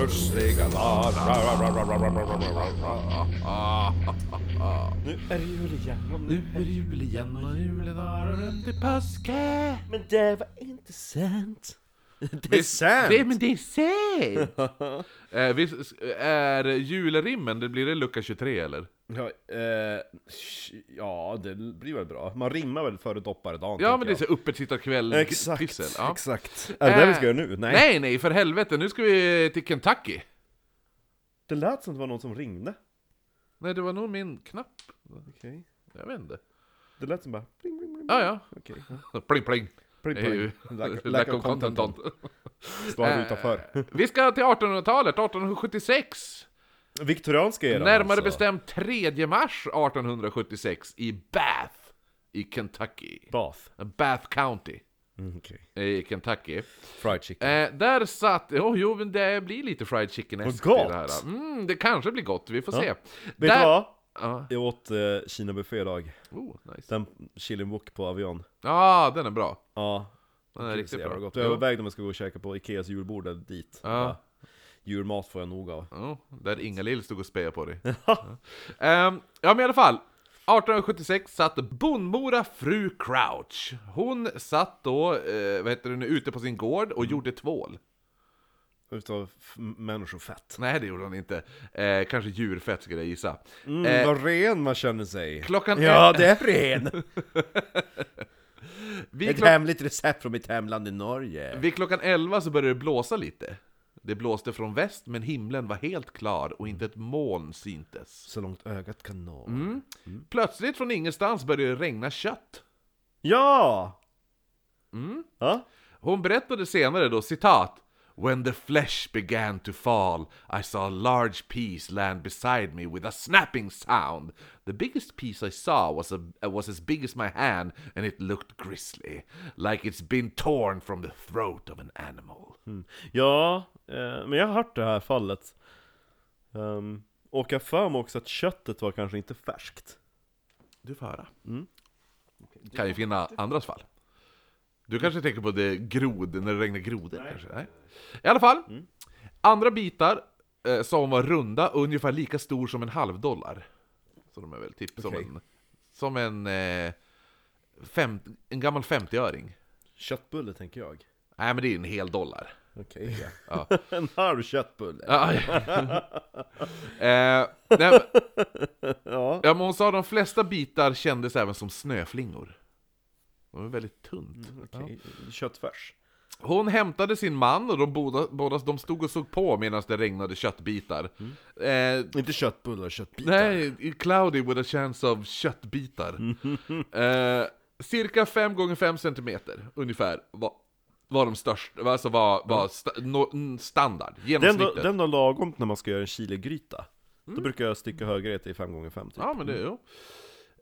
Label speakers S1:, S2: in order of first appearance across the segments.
S1: Lustiga
S2: Nu är det jul igen.
S1: Nu är det jul igen och julen har till påska.
S2: Men det var inte sant.
S1: Det är
S2: sant.
S1: Det, men det är sant! eh, visst, är julrimmen, det blir det lucka 23 eller?
S2: Ja, eh, sh- ja, det blir väl bra. Man rimmar väl före dopparedagen?
S1: Ja
S2: tänker
S1: men det är
S2: jag.
S1: så uppesittarkväll
S2: Exakt,
S1: pyssel, ja.
S2: exakt. Är det det vi ska göra nu? Nej.
S1: Eh, Nej. nej, för helvete, nu ska vi till Kentucky!
S2: Det lät som det var någon som ringde.
S1: Nej, det var nog min knapp.
S2: Okej.
S1: Jag vet inte.
S2: Det lät som bara... Bling, bling, bling.
S1: Ah, ja,
S2: Okej.
S1: ja. Pling pling!
S2: Pling,
S1: Det är ju-
S2: pling. Lack, lack of content on. Står
S1: Eh,
S2: utanför.
S1: Vi ska till 1800-talet, 1876!
S2: Viktorianska eran
S1: Närmare
S2: alltså.
S1: bestämt 3 mars 1876 i Bath i Kentucky.
S2: Bath.
S1: Bath County
S2: Mm, Okej.
S1: i Kentucky.
S2: Fried chicken.
S1: Eh, där satt... Oh, jo, men det blir lite fried chicken i
S2: Vad gott!
S1: det här. Mm, det kanske blir gott, vi får se.
S2: Vet
S1: där...
S2: du vad?
S1: Ja,
S2: Jag åt eh, Kina buffé idag.
S1: oh, nice.
S2: Den chili wok på Avion.
S1: Ja, den är bra.
S2: Ja.
S1: Den är
S2: Det är
S1: riktigt
S2: så jävla
S1: bra.
S2: gott. Jag övervägde om jag skulle gå och käka på Ikeas julbord eller dit.
S1: Ja.
S2: Julmat får jag nog av.
S1: Ja, Oh, där Inga-Lill stod och spejade på dig. ja. Ehm, ja, men i alla fall. 1876 satt Bonmora fru Crouch. Hon satt då, eh, vad heter det nu, ute på sin gård
S2: Mm.
S1: och gjorde tvål.
S2: Utav f- människofett.
S1: Nej, det gjorde hon inte. Eh, kanske djurfett skulle jag gissa.
S2: Mm,
S1: Eh,
S2: Vad ren man känner sig.
S1: Klockan
S2: Ja,
S1: ett-
S2: det är ren!
S1: vid,
S2: Ett
S1: klock,
S2: hemligt recept från mitt hemland i Norge.
S1: vid klockan 11 så började det blåsa lite. Det blåste från väst, men himlen var helt klar och inte ett moln syntes.
S2: Så långt ögat kan nå.
S1: Mm. Plötsligt från ingenstans började det regna kött.
S2: Ja!
S1: Mm.
S2: Ja?
S1: Hon berättade senare då, citat When the flesh began to fall I saw a large piece land beside me with a snapping sound The biggest piece I saw was, a, was as big as my hand and it looked grisly Like it's been torn from the throat of an animal
S2: Ja, eh, men jag har hört det här fallet. Ehm, och jag för mig också att köttet var kanske inte färskt.
S1: Du får höra Mm. Kan ju finna andras fall Du kanske tänker på det grod, när det regnar grodor kanske? Nej. I alla fall
S2: Mm.
S1: Andra bitar eh, som var runda, ungefär lika stor som en halv dollar Så de är väl typ som
S2: Okej.
S1: en Som en, eh, fem, en gammal 50-öring
S2: Köttbulle tänker jag.
S1: Nej men det är en hel dollar
S2: Okej.
S1: Ja.
S2: en halv köttbulle.
S1: Ja, ja. eh, nej, men,
S2: Ja.
S1: ja, men hon sa att de flesta bitar kändes även som snöflingor De var väldigt tunt Ja.
S2: Mm, Okej, köttfärs.
S1: Hon hämtade sin man och de båda, båda de stod och såg på medan det regnade köttbitar.
S2: Mm.
S1: Eh,
S2: Inte köttbullar, köttbitar.
S1: nej, cloudy with a chance of köttbitar. eh, cirka 5 gånger 5 cm ungefär var, var de största, alltså var, var sta, no, mm, standard,
S2: Det är ändå,
S1: genomsnittet.
S2: det är ändå lagom när man ska göra en chiligryta. Då brukar jag stycka högret i 5x5 typ.
S1: Mm. Ja, men det, jo.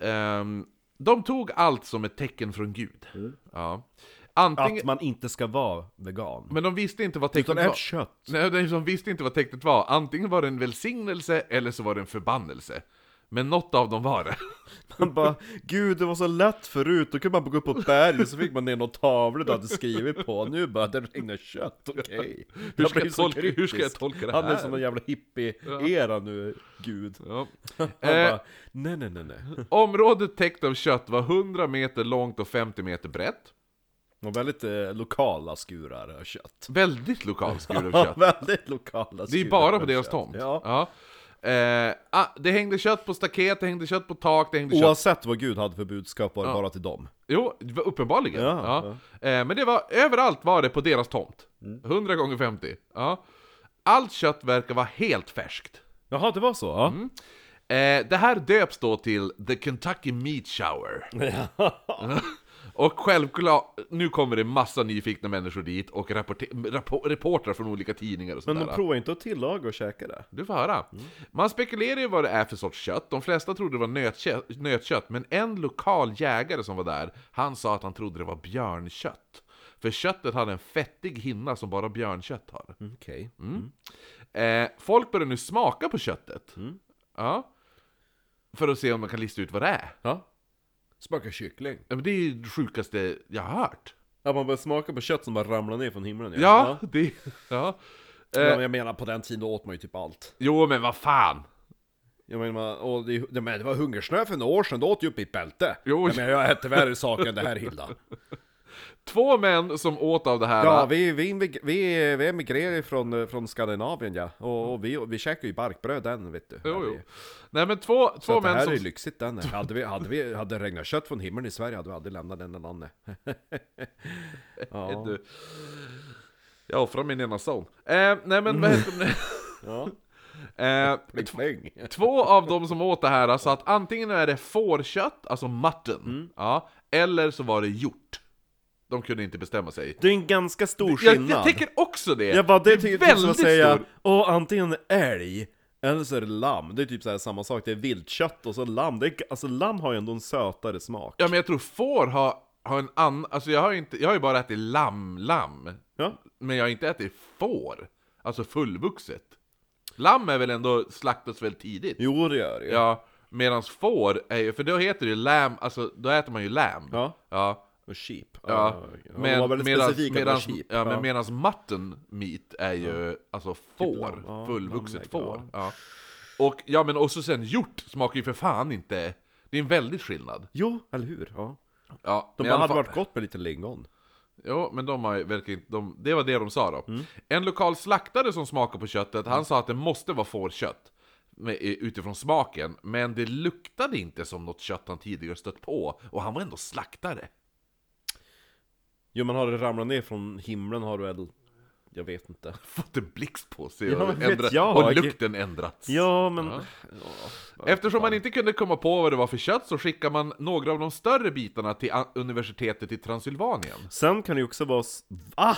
S1: Ehm, de tog allt som ett tecken från Gud. Ja. Antingen,
S2: Mm. Att man inte ska vara vegan.
S1: men de visste inte vad tecknet
S2: Utan
S1: var.
S2: ät kött.
S1: Nej, den som visste inte vad tecknet var. Antingen var det en välsignelse eller så var det en förbannelse. Men något av dem var det.
S2: Man bara, gud det var så lätt förut, då kunde man bara gå upp på berg så fick man ner några tavlor du hade skrivit på. Nu bara, det regnar kött, okej.
S1: Hur
S2: Jag
S1: ska,
S2: blir
S1: jag
S2: så
S1: tolka, hur ska jag
S2: kryptisk.
S1: tolka det
S2: Han är som
S1: här?
S2: en jävla hippie-era nu, gud.
S1: Ja.
S2: Han
S1: Eh.
S2: bara, nej nej nej nej.
S1: Området täckt av kött var 100 meter långt och 50 meter brett.
S2: De var väldigt eh, lokala skurar av kött.
S1: Väldigt lokal skur av
S2: Ja,
S1: kött.
S2: väldigt lokala
S1: Det är
S2: skurar
S1: bara på
S2: av
S1: deras
S2: kött.
S1: tomt.
S2: Ja.
S1: Ja. Eh, ah, det hängde kött på staket, det hängde kött på tak, det hängde kött...
S2: Oavsett vad Gud hade för budskap var det bara till dem.
S1: Jo, det var uppenbarligen.
S2: Ja, Mm.
S1: Ja. Eh, men det var, överallt var det på deras tomt. 100 gånger 50. Ja. Allt kött verkar vara helt färskt.
S2: Jaha, det var så? Ja.
S1: Mm, Eh, det här döps då till The Kentucky Meat Shower. och självklart, nu kommer det massa nyfikna människor dit och rapporte- rappo- reportrar från olika tidningar och
S2: Men
S1: sådär.
S2: de Mm. provar inte att tillaga och käka det.
S1: Du får höra. Man spekulerar ju vad det är för sorts kött. De flesta trodde det var nötkött, nötkött, men en lokal jägare som var där, han sa att han trodde det var björnkött. För köttet hade en fettig hinna som bara björnkött har.
S2: Mm, Okej.
S1: Mm.
S2: Mm.
S1: Eh, folk börjar nu smaka på köttet. Ja. För att se om man kan lista ut vad det är.
S2: Ja. Smakar kyckling.
S1: Ja, men Det är ju det sjukaste jag har hört.
S2: Ja, man börjar smaka på kött som bara ramlar ner från himlen.
S1: Ja, eh. det... Ja.
S2: Ja. Ja, men jag menar på den tiden åt man ju typ allt.
S1: Jo, men vad fan!
S2: Jag menar, man- och det, det, men det var hungersnöd för några år sedan, då åt jag upp i ett bälte.
S1: Jo.
S2: Jag menar, jag äter värre saker än det här Hilda.
S1: Två män som åt av det här.
S2: Ja, vi, vi, invig- vi, vi emigrerade från, eh, från Skandinavien ja, och, och vi, vi käkar ju barkbröd än vet du.
S1: Jo, jo. Nej, men två,
S2: Så
S1: två
S2: att det
S1: män
S2: här
S1: som...
S2: är lyxigt den. Hade, vi, hade, vi, hade det regnat kött från himlen i Sverige hade vi aldrig lämnat den landet.
S1: Ja. Du. Eh, Jag offrar min ena son. Eh, nej men vad heter det?
S2: Ja.
S1: Eh,
S2: Pling, pling.
S1: två av dem som åt det här sa att antingen är det fårkött, alltså mutton,
S2: Mm.
S1: ja, eller så var det hjort. De kunde inte bestämma sig.
S2: Det är en ganska stor
S1: Jag,
S2: skillnad.
S1: jag tänker också det!
S2: Jag bara, det är
S1: är
S2: typ
S1: väldigt
S2: som att säga,
S1: stor.
S2: åh antingen älg eller så är det lamm. Det är typ så här samma sak, det är viltkött och så lamm. Det är, alltså lamm har ju ändå en sötare smak.
S1: Ja men jag tror får har, har en annan, alltså jag har, inte, jag har ju bara ätit lamm-lamm.
S2: Ja.
S1: Men jag har inte ätit får, alltså fullvuxet. Lamm är väl ändå slaktas väl tidigt?
S2: Jo det gör det ju.
S1: Ja, medans får är ju, för då heter det ju lam, alltså då äter man ju lam.
S2: Ja.
S1: Ja,
S2: Och sheep.
S1: ja.
S2: det var
S1: Men,
S2: väldigt
S1: medans,
S2: specifikt att det var
S1: medans,
S2: sheep. Typ
S1: ja, men medans mutton meat är ju alltså får,
S2: lamm. Ja,
S1: fullvuxet
S2: lammlägg,
S1: får. Ja. Och ja men och så sen hjort smakar ju för fan inte, det är en väldig skillnad.
S2: Jo, eller hur? Ja.
S1: Ja,
S2: De
S1: men i
S2: bara
S1: alla
S2: hade
S1: fall-
S2: varit gott med lite lingon.
S1: Jo, men de har, ju- verkar inte, de, det var det de sa
S2: Mm.
S1: då. En lokal slaktare som smakade på köttet, han sa att det måste vara fårkött. Med, utifrån smaken, men det luktade inte som något kött han tidigare stött på. Och han var ändå slaktare.
S2: Jo men har det ramlat ner från himlen har du väl, jag vet inte.
S1: Fått en blixt på sig
S2: Ja,
S1: och,
S2: men vet
S1: ändra,
S2: jag.
S1: och lukten ändrats.
S2: Ja men...
S1: Ja.
S2: Ja.
S1: Eftersom man inte kunde komma på vad det var för kött så skickade man några av de större bitarna till an- universitetet i Transylvanien.
S2: Sen kan det ju också vara... s- Va?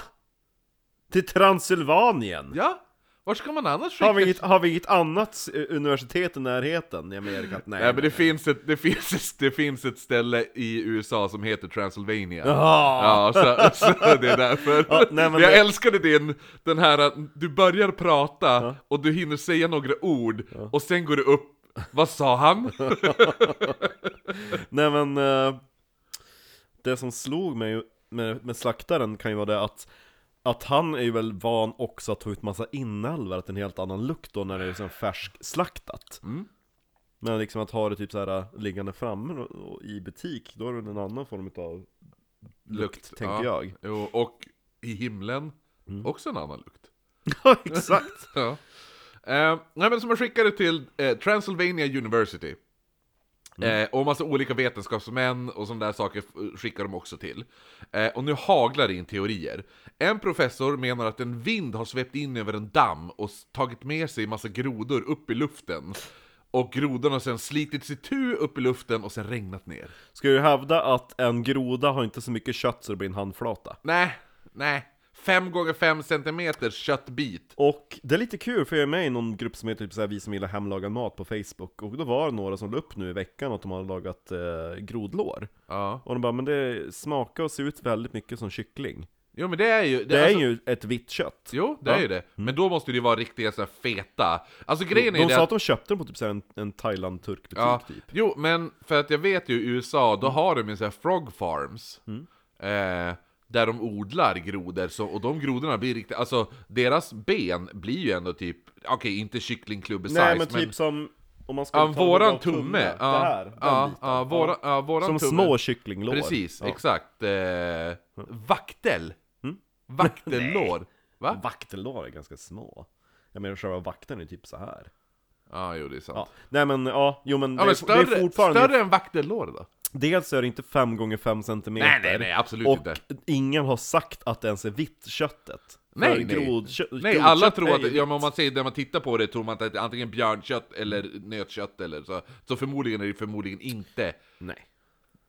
S2: Till Transylvanien?
S1: Ja, var ska man annars skicka
S2: Har vi, inget, har vi inget annat eh, universitet i närheten i Amerika? Nej,
S1: Nej men det finns, ett, det, finns ett, det finns ett ställe i USA som heter Transylvania.
S2: Ah,
S1: Ja, så, så det är därför.
S2: Ja, nej, men
S1: jag
S2: det-
S1: älskade din, den här att du börjar prata och du hinner säga några ord och sen går du upp, vad sa han?
S2: Nej men... eh, Det som slog mig med, med slaktaren kan ju vara det att att han är ju väl van också att ta ut massa inälvor, att det är en helt annan lukt då när det är liksom färskslaktat Men liksom att ha det typ så här liggande framme och, och i butik, då är det en annan form av
S1: Lukt,
S2: tänker jag. Mm.
S1: Jo, och i himlen, också en annan lukt.
S2: Ja, exakt!
S1: Ja. Eh, nej men som jag skickade till eh, Transylvania University.
S2: Mm.
S1: Eh, och massa olika vetenskapsmän och sådana där saker f- skickar de också till. Eh, och nu haglar det in teorier. En professor menar att en vind har svept in över en damm och s- tagit med sig massa grodor upp i luften. Och grodorna har sen slitits itu upp i luften och sen regnat ner.
S2: Ska ju hävda att en groda har inte så mycket kött så det blir en handflata
S1: Nej, nej. 5 gånger 5 centimeter köttbit.
S2: Och det är lite kul, för jag är med i någon grupp som heter typ såhär, vi som gillar hemlagad mat på Facebook Och då var det några som la upp nu i veckan att de har lagat eh, grodlår
S1: Ja.
S2: Och de bara, men det smakar och ser ut väldigt mycket som kyckling
S1: Jo men det är ju...
S2: Det är
S1: alltså-
S2: ju ett vitt kött
S1: Jo, det
S2: Ja.
S1: är ju det. Men då måste det ju vara riktiga så här feta. Alltså
S2: De,
S1: grejen är
S2: de
S1: det
S2: sa
S1: att-
S2: att de köpte den på typ såhär, en, en Thailand-turkbutik
S1: ja,
S2: typ
S1: Jo, men för att jag vet ju i USA,
S2: Mm.
S1: då har de ju så här frog farms. Eh, där de odlar grodor, så, och de grodorna blir riktigt... Alltså, deras ben blir ju ändå typ... Okej, inte kycklingklubbe-size,
S2: Nej men typ som, om man skulle
S1: Ja,
S2: ta
S1: våran
S2: våran
S1: tumme!
S2: Det
S1: Ja,
S2: här, den
S1: ja,
S2: biten
S1: ja, våra, ja, våran
S2: Som
S1: tumme.
S2: små kycklinglår
S1: Precis,
S2: ja. Mm.
S1: exakt. Eh, vaktel! Vaktellår. Va?
S2: Vakterlår är ganska små Jag menar själva vakten är typ så här.
S1: Ja, jo det är sant.
S2: Ja, nej men ja, jo men,
S1: Ja, men
S2: det, är, det är
S1: större,
S2: fortfarande
S1: större än vaktellår då?
S2: Dels är det inte 5 gånger 5 cm
S1: Nej, nej, nej, absolut
S2: Och
S1: inte.
S2: ingen har sagt att det ens är vitt köttet
S1: Nej,
S2: För
S1: nej.
S2: grodkö-
S1: Nej,
S2: grodkött
S1: alla tror
S2: är
S1: att,
S2: ju-
S1: ja, men om man säger det man tittar på det tror man att det är antingen björnkött eller nötkött eller så, så förmodligen är det förmodligen inte.
S2: Nej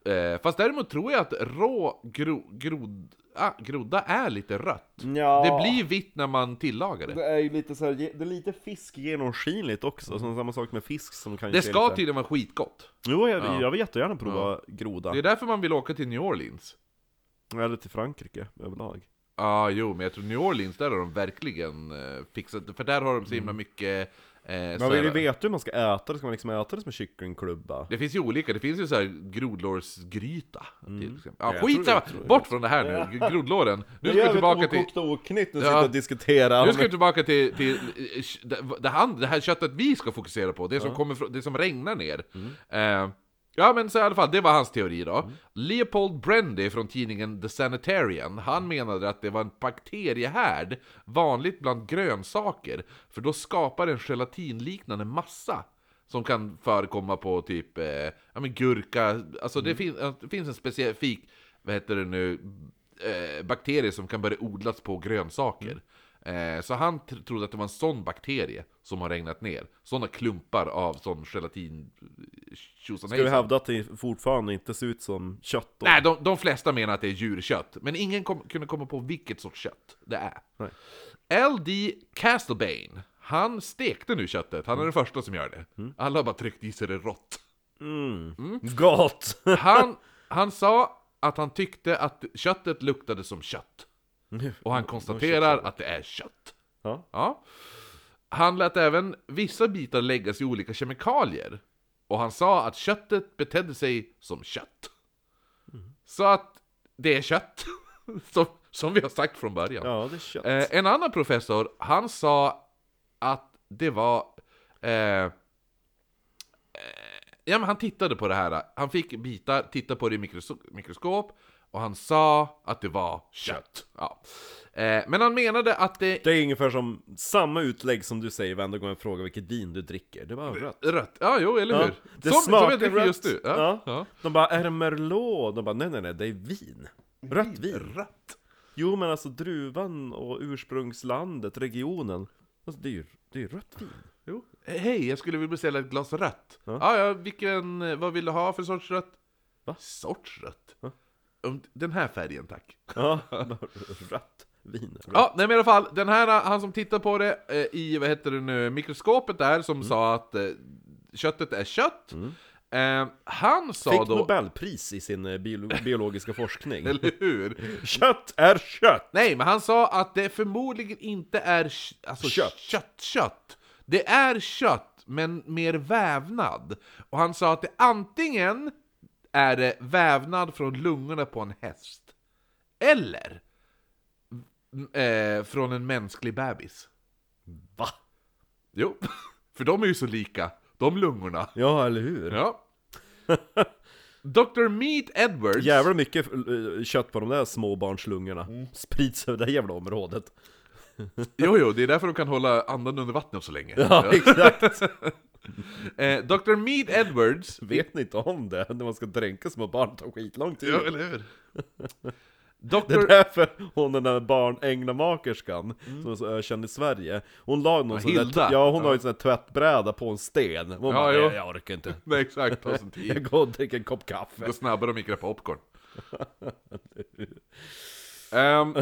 S1: Eh, fast däremot tror jag att rå gro, grod, ah, groda är lite rött.
S2: Ja.
S1: Det blir vitt när man tillagar det.
S2: Det är ju lite så här, det är lite fisk genomskinligt också, som samma sak med fisk som kanske
S1: Det
S2: är
S1: ska
S2: lite...
S1: tydligen vara skitgott.
S2: Jo, jag, jag vill jättegärna prova groda,
S1: Det är därför man vill åka till New Orleans.
S2: eller till Frankrike överlag Mm.
S1: Ja, jo, men jag tror New Orleans, där har de verkligen eh, fixat det, För där har de så himla mycket Eh,
S2: Man
S1: så
S2: vill ju
S1: här-
S2: veta hur man ska äta det, ska man liksom äta det som en kycklingklubba?
S1: det finns ju olika, det finns ju så här grodlårsgryta till exempel. Ja,
S2: Mm. Jag tror-
S1: skitsamma!
S2: jag tror-
S1: Bort från det här nu, grodlåren! Nu ska vi tillbaka till...
S2: Nu oknytt, nu
S1: Ja.
S2: ska vi inte diskutera
S1: Nu ska vi tillbaka till, till eh, det- det, han, det här köttet vi ska fokusera på, det som, kommer, från- det som regnar ner. Eh, ja men så i alla fall, det var hans teori då. Leopold Brandy från tidningen The Sanitarian, han menade att det var en bakteriehärd, vanligt bland grönsaker, för då skapar en gelatinliknande massa. Som kan förekomma på typ, eh, ja men gurka, alltså det, fin, eh, det finns en specifik, vad heter det nu, eh, bakterie som kan börja odlas på grönsaker. Eh, så han tr- trodde att det var en sån bakterie som har regnat ner. Såna klumpar av sån gelatin... eh,
S2: Ska vi
S1: tjosanhejsan.
S2: hävda att det fortfarande inte ser ut som kött då?
S1: Nej, de, de flesta menar att det är djurkött. Men ingen kom, kunde komma på vilket sorts kött det är.
S2: Nej.
S1: L.D. Castlebane, han stekte nu köttet. Han är den första som gör det.
S2: Mm.
S1: Alla har bara tryckt i sig det rått.
S2: Gott!
S1: Han, han sa att han tyckte att köttet luktade som kött. Och han konstaterar att det är kött.
S2: ja.
S1: Ja. Han lät även vissa bitar läggas i olika kemikalier. Och han sa att köttet betedde sig som kött. Så att det är kött. Som, som vi har sagt från början.
S2: ja, det är kött.
S1: Eh, en annan professor, han sa att det var... Eh, eh, ja, men han tittade på det här. Han fick bitar, tittade på det i mikros- mikroskop. Och han sa att det var kött. Ja. Eh, men han menade att det
S2: Det är ungefär som samma utlägg som du säger varenda gång jag frågar vilket vin du dricker. Det var rött.
S1: Rött, ja jo eller hur?
S2: Det
S1: som,
S2: smakar
S1: som jag dricker
S2: rött.
S1: just nu. Ja, ja.
S2: De bara, är det merlot? De bara, nej nej nej, det är vin. Rött vin.
S1: Rött.
S2: Jo men alltså druvan och ursprungslandet, regionen. Alltså, det är ju det är ju rött vin.
S1: Jo. Hej, jag skulle vilja beställa ett glas rött. Ja. Ja, vilken, vad vill du ha för sorts rött?
S2: Va?
S1: Sorts rött? Om- Den här färgen tack.
S2: Ja, rött vin. Rött.
S1: Ja, nej men i alla fall, den här, eh, han som tittar på det eh, i, vad heter det nu, mikroskopet där som
S2: Mm.
S1: sa att eh, köttet är kött. Eh, han sa
S2: Fick
S1: då...
S2: Nobelpris i sin eh, bio biologiska forskning.
S1: Eller hur?
S2: Kött är kött!
S1: Nej, men han sa att det förmodligen inte är kö- alltså,
S2: Kött.
S1: kött, kött. Det är kött, men mer vävnad. Och han sa att det antingen är det vävnad från lungorna på en häst, eller m- eh, från en mänsklig bebis.
S2: Va?
S1: Jo, för de är ju så lika, de lungorna.
S2: Ja, eller hur?
S1: Ja. Dr. Meat Edwards...
S2: Jävla mycket Mm. eh, kött på de där småbarnslungorna. Sprids över det här jävla området.
S1: Jo, jo, det är därför de kan hålla andan under vattnet så länge.
S2: Ja, exakt.
S1: Eh, Dr. Mead Edwards...
S2: Vet ni inte om det? När man ska dränka små barn tar skitlång tid.
S1: Ja, eller hur?
S2: Det är
S1: Dr.
S2: därför hon den där barnänglarmakerskan som är så ökänd i Sverige Hon la någon sån
S1: Hilda.
S2: där, Mm. ja hon har ju en sån där tvättbräda på en sten Hon bara,
S1: jo.
S2: "Nej, jag orkar inte
S1: Nej, exakt. Ta sin
S2: Jag
S1: tid.
S2: går och dricker en kopp kaffe
S1: Gå snabbare och mikra popcorn. Ehm,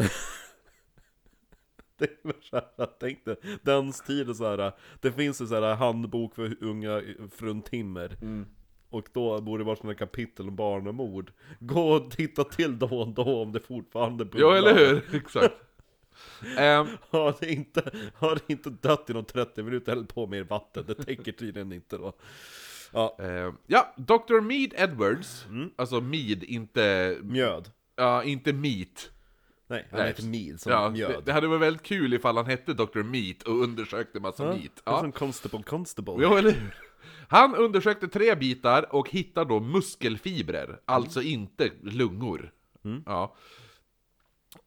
S2: Det är väl så här, jag tänkte, dens tid är så här. Det finns en så här handbok för unga fruntimmer
S1: Mm.
S2: Och då borde det vara sådana kapitel om barnamord Gå och titta till då och då om det fortfarande
S1: jo,
S2: bubblar
S1: eller hur? Exakt. Ehm,
S2: Har det inte, har det inte dött inom 30 minuter, häll på mer vatten, det täcker tydligen inte då Ja,
S1: ehm, ja, Dr. Mead Edwards, alltså Mead, inte,
S2: Mm. mjöd
S1: ja, inte meat.
S2: Nej, han
S1: Nej.
S2: heter Mead som
S1: Ja, det,
S2: mjöd
S1: det hade varit väldigt kul ifall han hette Dr. Meat och undersökte massa meat.
S2: Det är
S1: Ja.
S2: som Constable Constable
S1: Jo, eller hur? Han undersökte tre bitar och hittar då muskelfibrer, alltså inte lungor. Ja.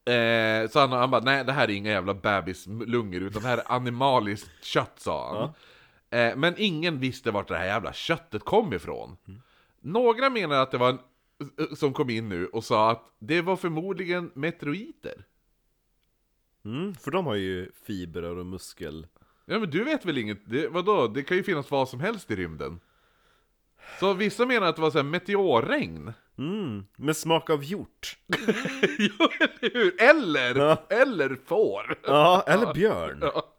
S1: Eh, så han, han bara, nej det här är inga jävla bebislungor, utan det här är animaliskt kött, sa han. Eh, men ingen visste vart det här jävla köttet kom ifrån. Några menar att det var en eh, som kom in nu och sa att det var förmodligen meteoriter.
S2: mm, För de har ju fibrer och muskel
S1: Ja men du vet väl inget? Det, vadå? Det kan ju finnas vad som helst i rymden. Så vissa menar att det var såhär meteorregn.
S2: mm, Med smak av hjort
S1: jo, eller hur? Eller,
S2: Ja.
S1: eller får.
S2: Ja, eller björn Ja,
S1: Ja.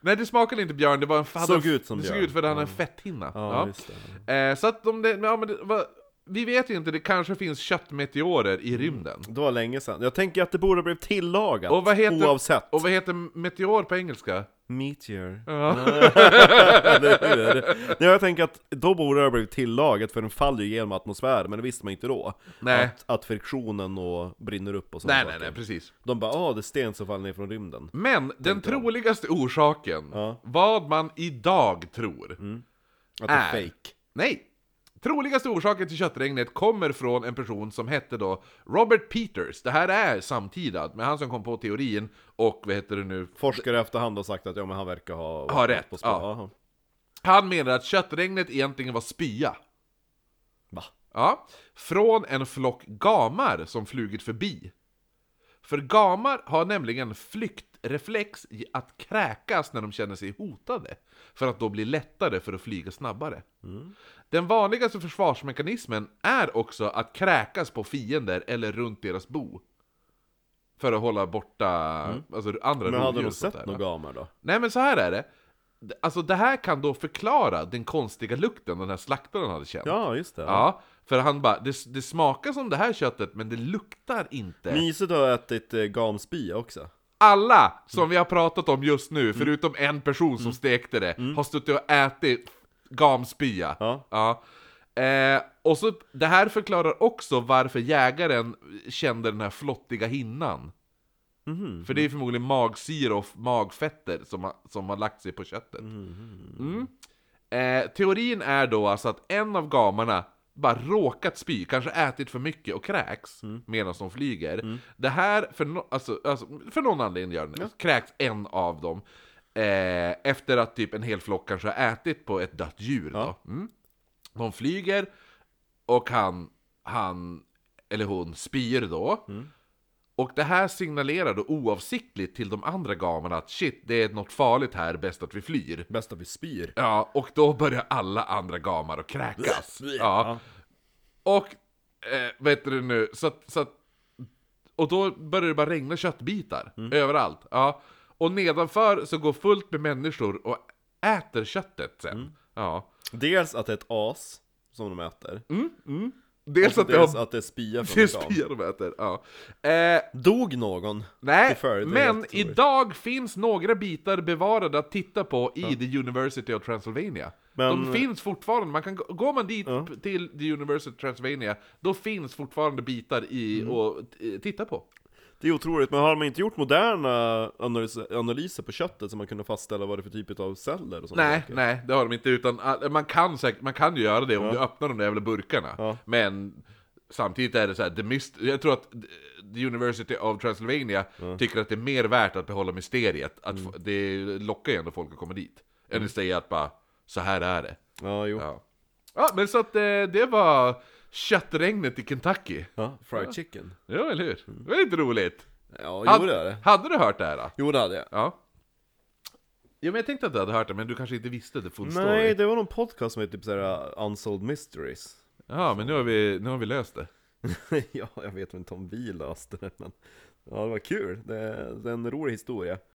S1: Nej det smakade inte björn, det var en... han
S2: Såg
S1: hade-
S2: ut som
S1: det såg
S2: björn.
S1: ut för att han hade en fetthinna.
S2: just det
S1: Eh, så att de, ja, men det var, vi vet ju inte, det kanske finns köttmeteorer
S2: Mm.
S1: i rymden.
S2: Det var länge sedan. Jag tänker att det borde blivit tillagat,
S1: Och vad heter,
S2: oavsett.
S1: Och vad heter meteor på engelska?
S2: Meteor. Eller hur? Nej, jag tänker att då borde det ha blivit tillagat, för den faller ju genom atmosfären, men det visste man inte då.
S1: Nej.
S2: Att, att friktionen och brinner upp och sånt.
S1: Nej, nej, nej, precis.
S2: De bara ah det är sten som faller ner från rymden.
S1: Men den troligaste orsaken,
S2: Ja.
S1: vad man idag tror,
S2: Att det är
S1: Är.
S2: fake.
S1: nej! Troligaste orsaken till köttregnet kommer från en person som hette då Robert Peters. Det här är samtida med han som kom på teorin och vad heter det nu,
S2: Forskare efterhand har sagt att ja, men han verkar ha...
S1: Ha rätt,
S2: På spå.
S1: ja.
S2: Aha.
S1: Han menar att köttregnet egentligen var spya.
S2: Va?
S1: Ja. Från en flock gamar som flugit förbi. För gamar har nämligen flyktreflex i att kräkas när de känner sig hotade. För att då bli lättare för att flyga snabbare.
S2: Mm.
S1: Den vanligaste försvarsmekanismen är också att kräkas på fiender eller runt deras bo. För att hålla borta alltså, andra
S2: Mm. Men hade
S1: rovdjur
S2: de
S1: och sånt
S2: sett
S1: där.
S2: några gamar då?
S1: Nej men så här är det. D- Alltså det här kan då förklara den konstiga lukten den här slaktaren hade känt.
S2: Ja, just det.
S1: Ja, för han bara, det, det smakar som det här köttet men det luktar inte.
S2: Mysigt att ha ätit eh, gamspya också.
S1: Alla
S2: Mm.
S1: som vi har pratat om just nu, förutom en person som stekte det, har suttit och ätit gamspya.
S2: Mm. Ja.
S1: Eh, och så, det här förklarar också varför jägaren kände den här flottiga hinnan.
S2: Mhm.
S1: För det är förmodligen magsyra och f- magfetter som har, som har lagt sig på köttet. Mm. Eh, teorin är då alltså att en av gamarna bara råkat spy, kanske ätit för mycket och kräks medan de flyger. Det här, för, no, alltså, alltså, för någon anledning gör den det. kräks en av dem. Eh, efter att typ en hel flock kanske har ätit på ett dött djur.
S2: Ja.
S1: Då. Mm. De flyger och han, han eller hon spyr då. Och det här signalerar då oavsiktligt till de andra gamarna att shit, det är något farligt här, bäst att vi flyr.
S2: Bäst att vi spyr.
S1: Ja, och då börjar alla andra gamar att kräkas. Ja.
S2: Ja.
S1: Och, eh, vet du nu, så att, så att, Och då börjar det bara regna köttbitar överallt. Ja. Och nedanför så går fullt med människor och äter köttet sen. Ja.
S2: Dels att det är ett as som de äter.
S1: Mm. Dels
S2: och
S1: att det har...
S2: dels att det är spya
S1: Det
S2: från
S1: är
S2: en gam.
S1: spyor de äter, ja. Eh,
S2: Dog någon?
S1: Nej,
S2: till följd, det är
S1: men
S2: helt otroligt.
S1: idag finns några bitar bevarade att titta på i The University of Transylvania. De
S2: Men-
S1: finns fortfarande, man kan, gå- går man dit p- till The University of Transylvania, då finns fortfarande bitar i
S2: Mm.
S1: att t- eh, titta på.
S2: Det är otroligt, men har man inte gjort moderna analys- analyser på köttet så man kunde fastställa vad det är för typ av celler och sånt?
S1: Nej, nej, det har de inte, utan all- man kan, säkert, man kan ju göra det om du öppnar de där jävla burkarna.
S2: Ja.
S1: Men samtidigt är det så här, the myst- jag tror att The University of Transylvania tycker att det är mer värt att behålla mysteriet, att
S2: Mm.
S1: få- det lockar ju ändå folk att komma dit. Än att säga att bara, så här är det.
S2: Ja, Mm. jo.
S1: Ja. ja, men så att eh, det var köttregnet i Kentucky.
S2: Ja, fried chicken.
S1: Ja, eller hur? Det var lite roligt.
S2: Mm. Ja, jo
S1: Hade-
S2: det är det.
S1: Hade du hört det här? Då?
S2: Jo det hade jag.
S1: Ja. Jo, men jag tänkte att du hade hört det, men du kanske inte visste det full
S2: Nej,
S1: story.
S2: det var någon podcast som hette typ såhär Unsolved Mysteries.
S1: Ja, men nu har vi, nu har vi löst det.
S2: ja, jag vet inte om vi löste det men Ja, det var kul. Det, det är en rolig historia.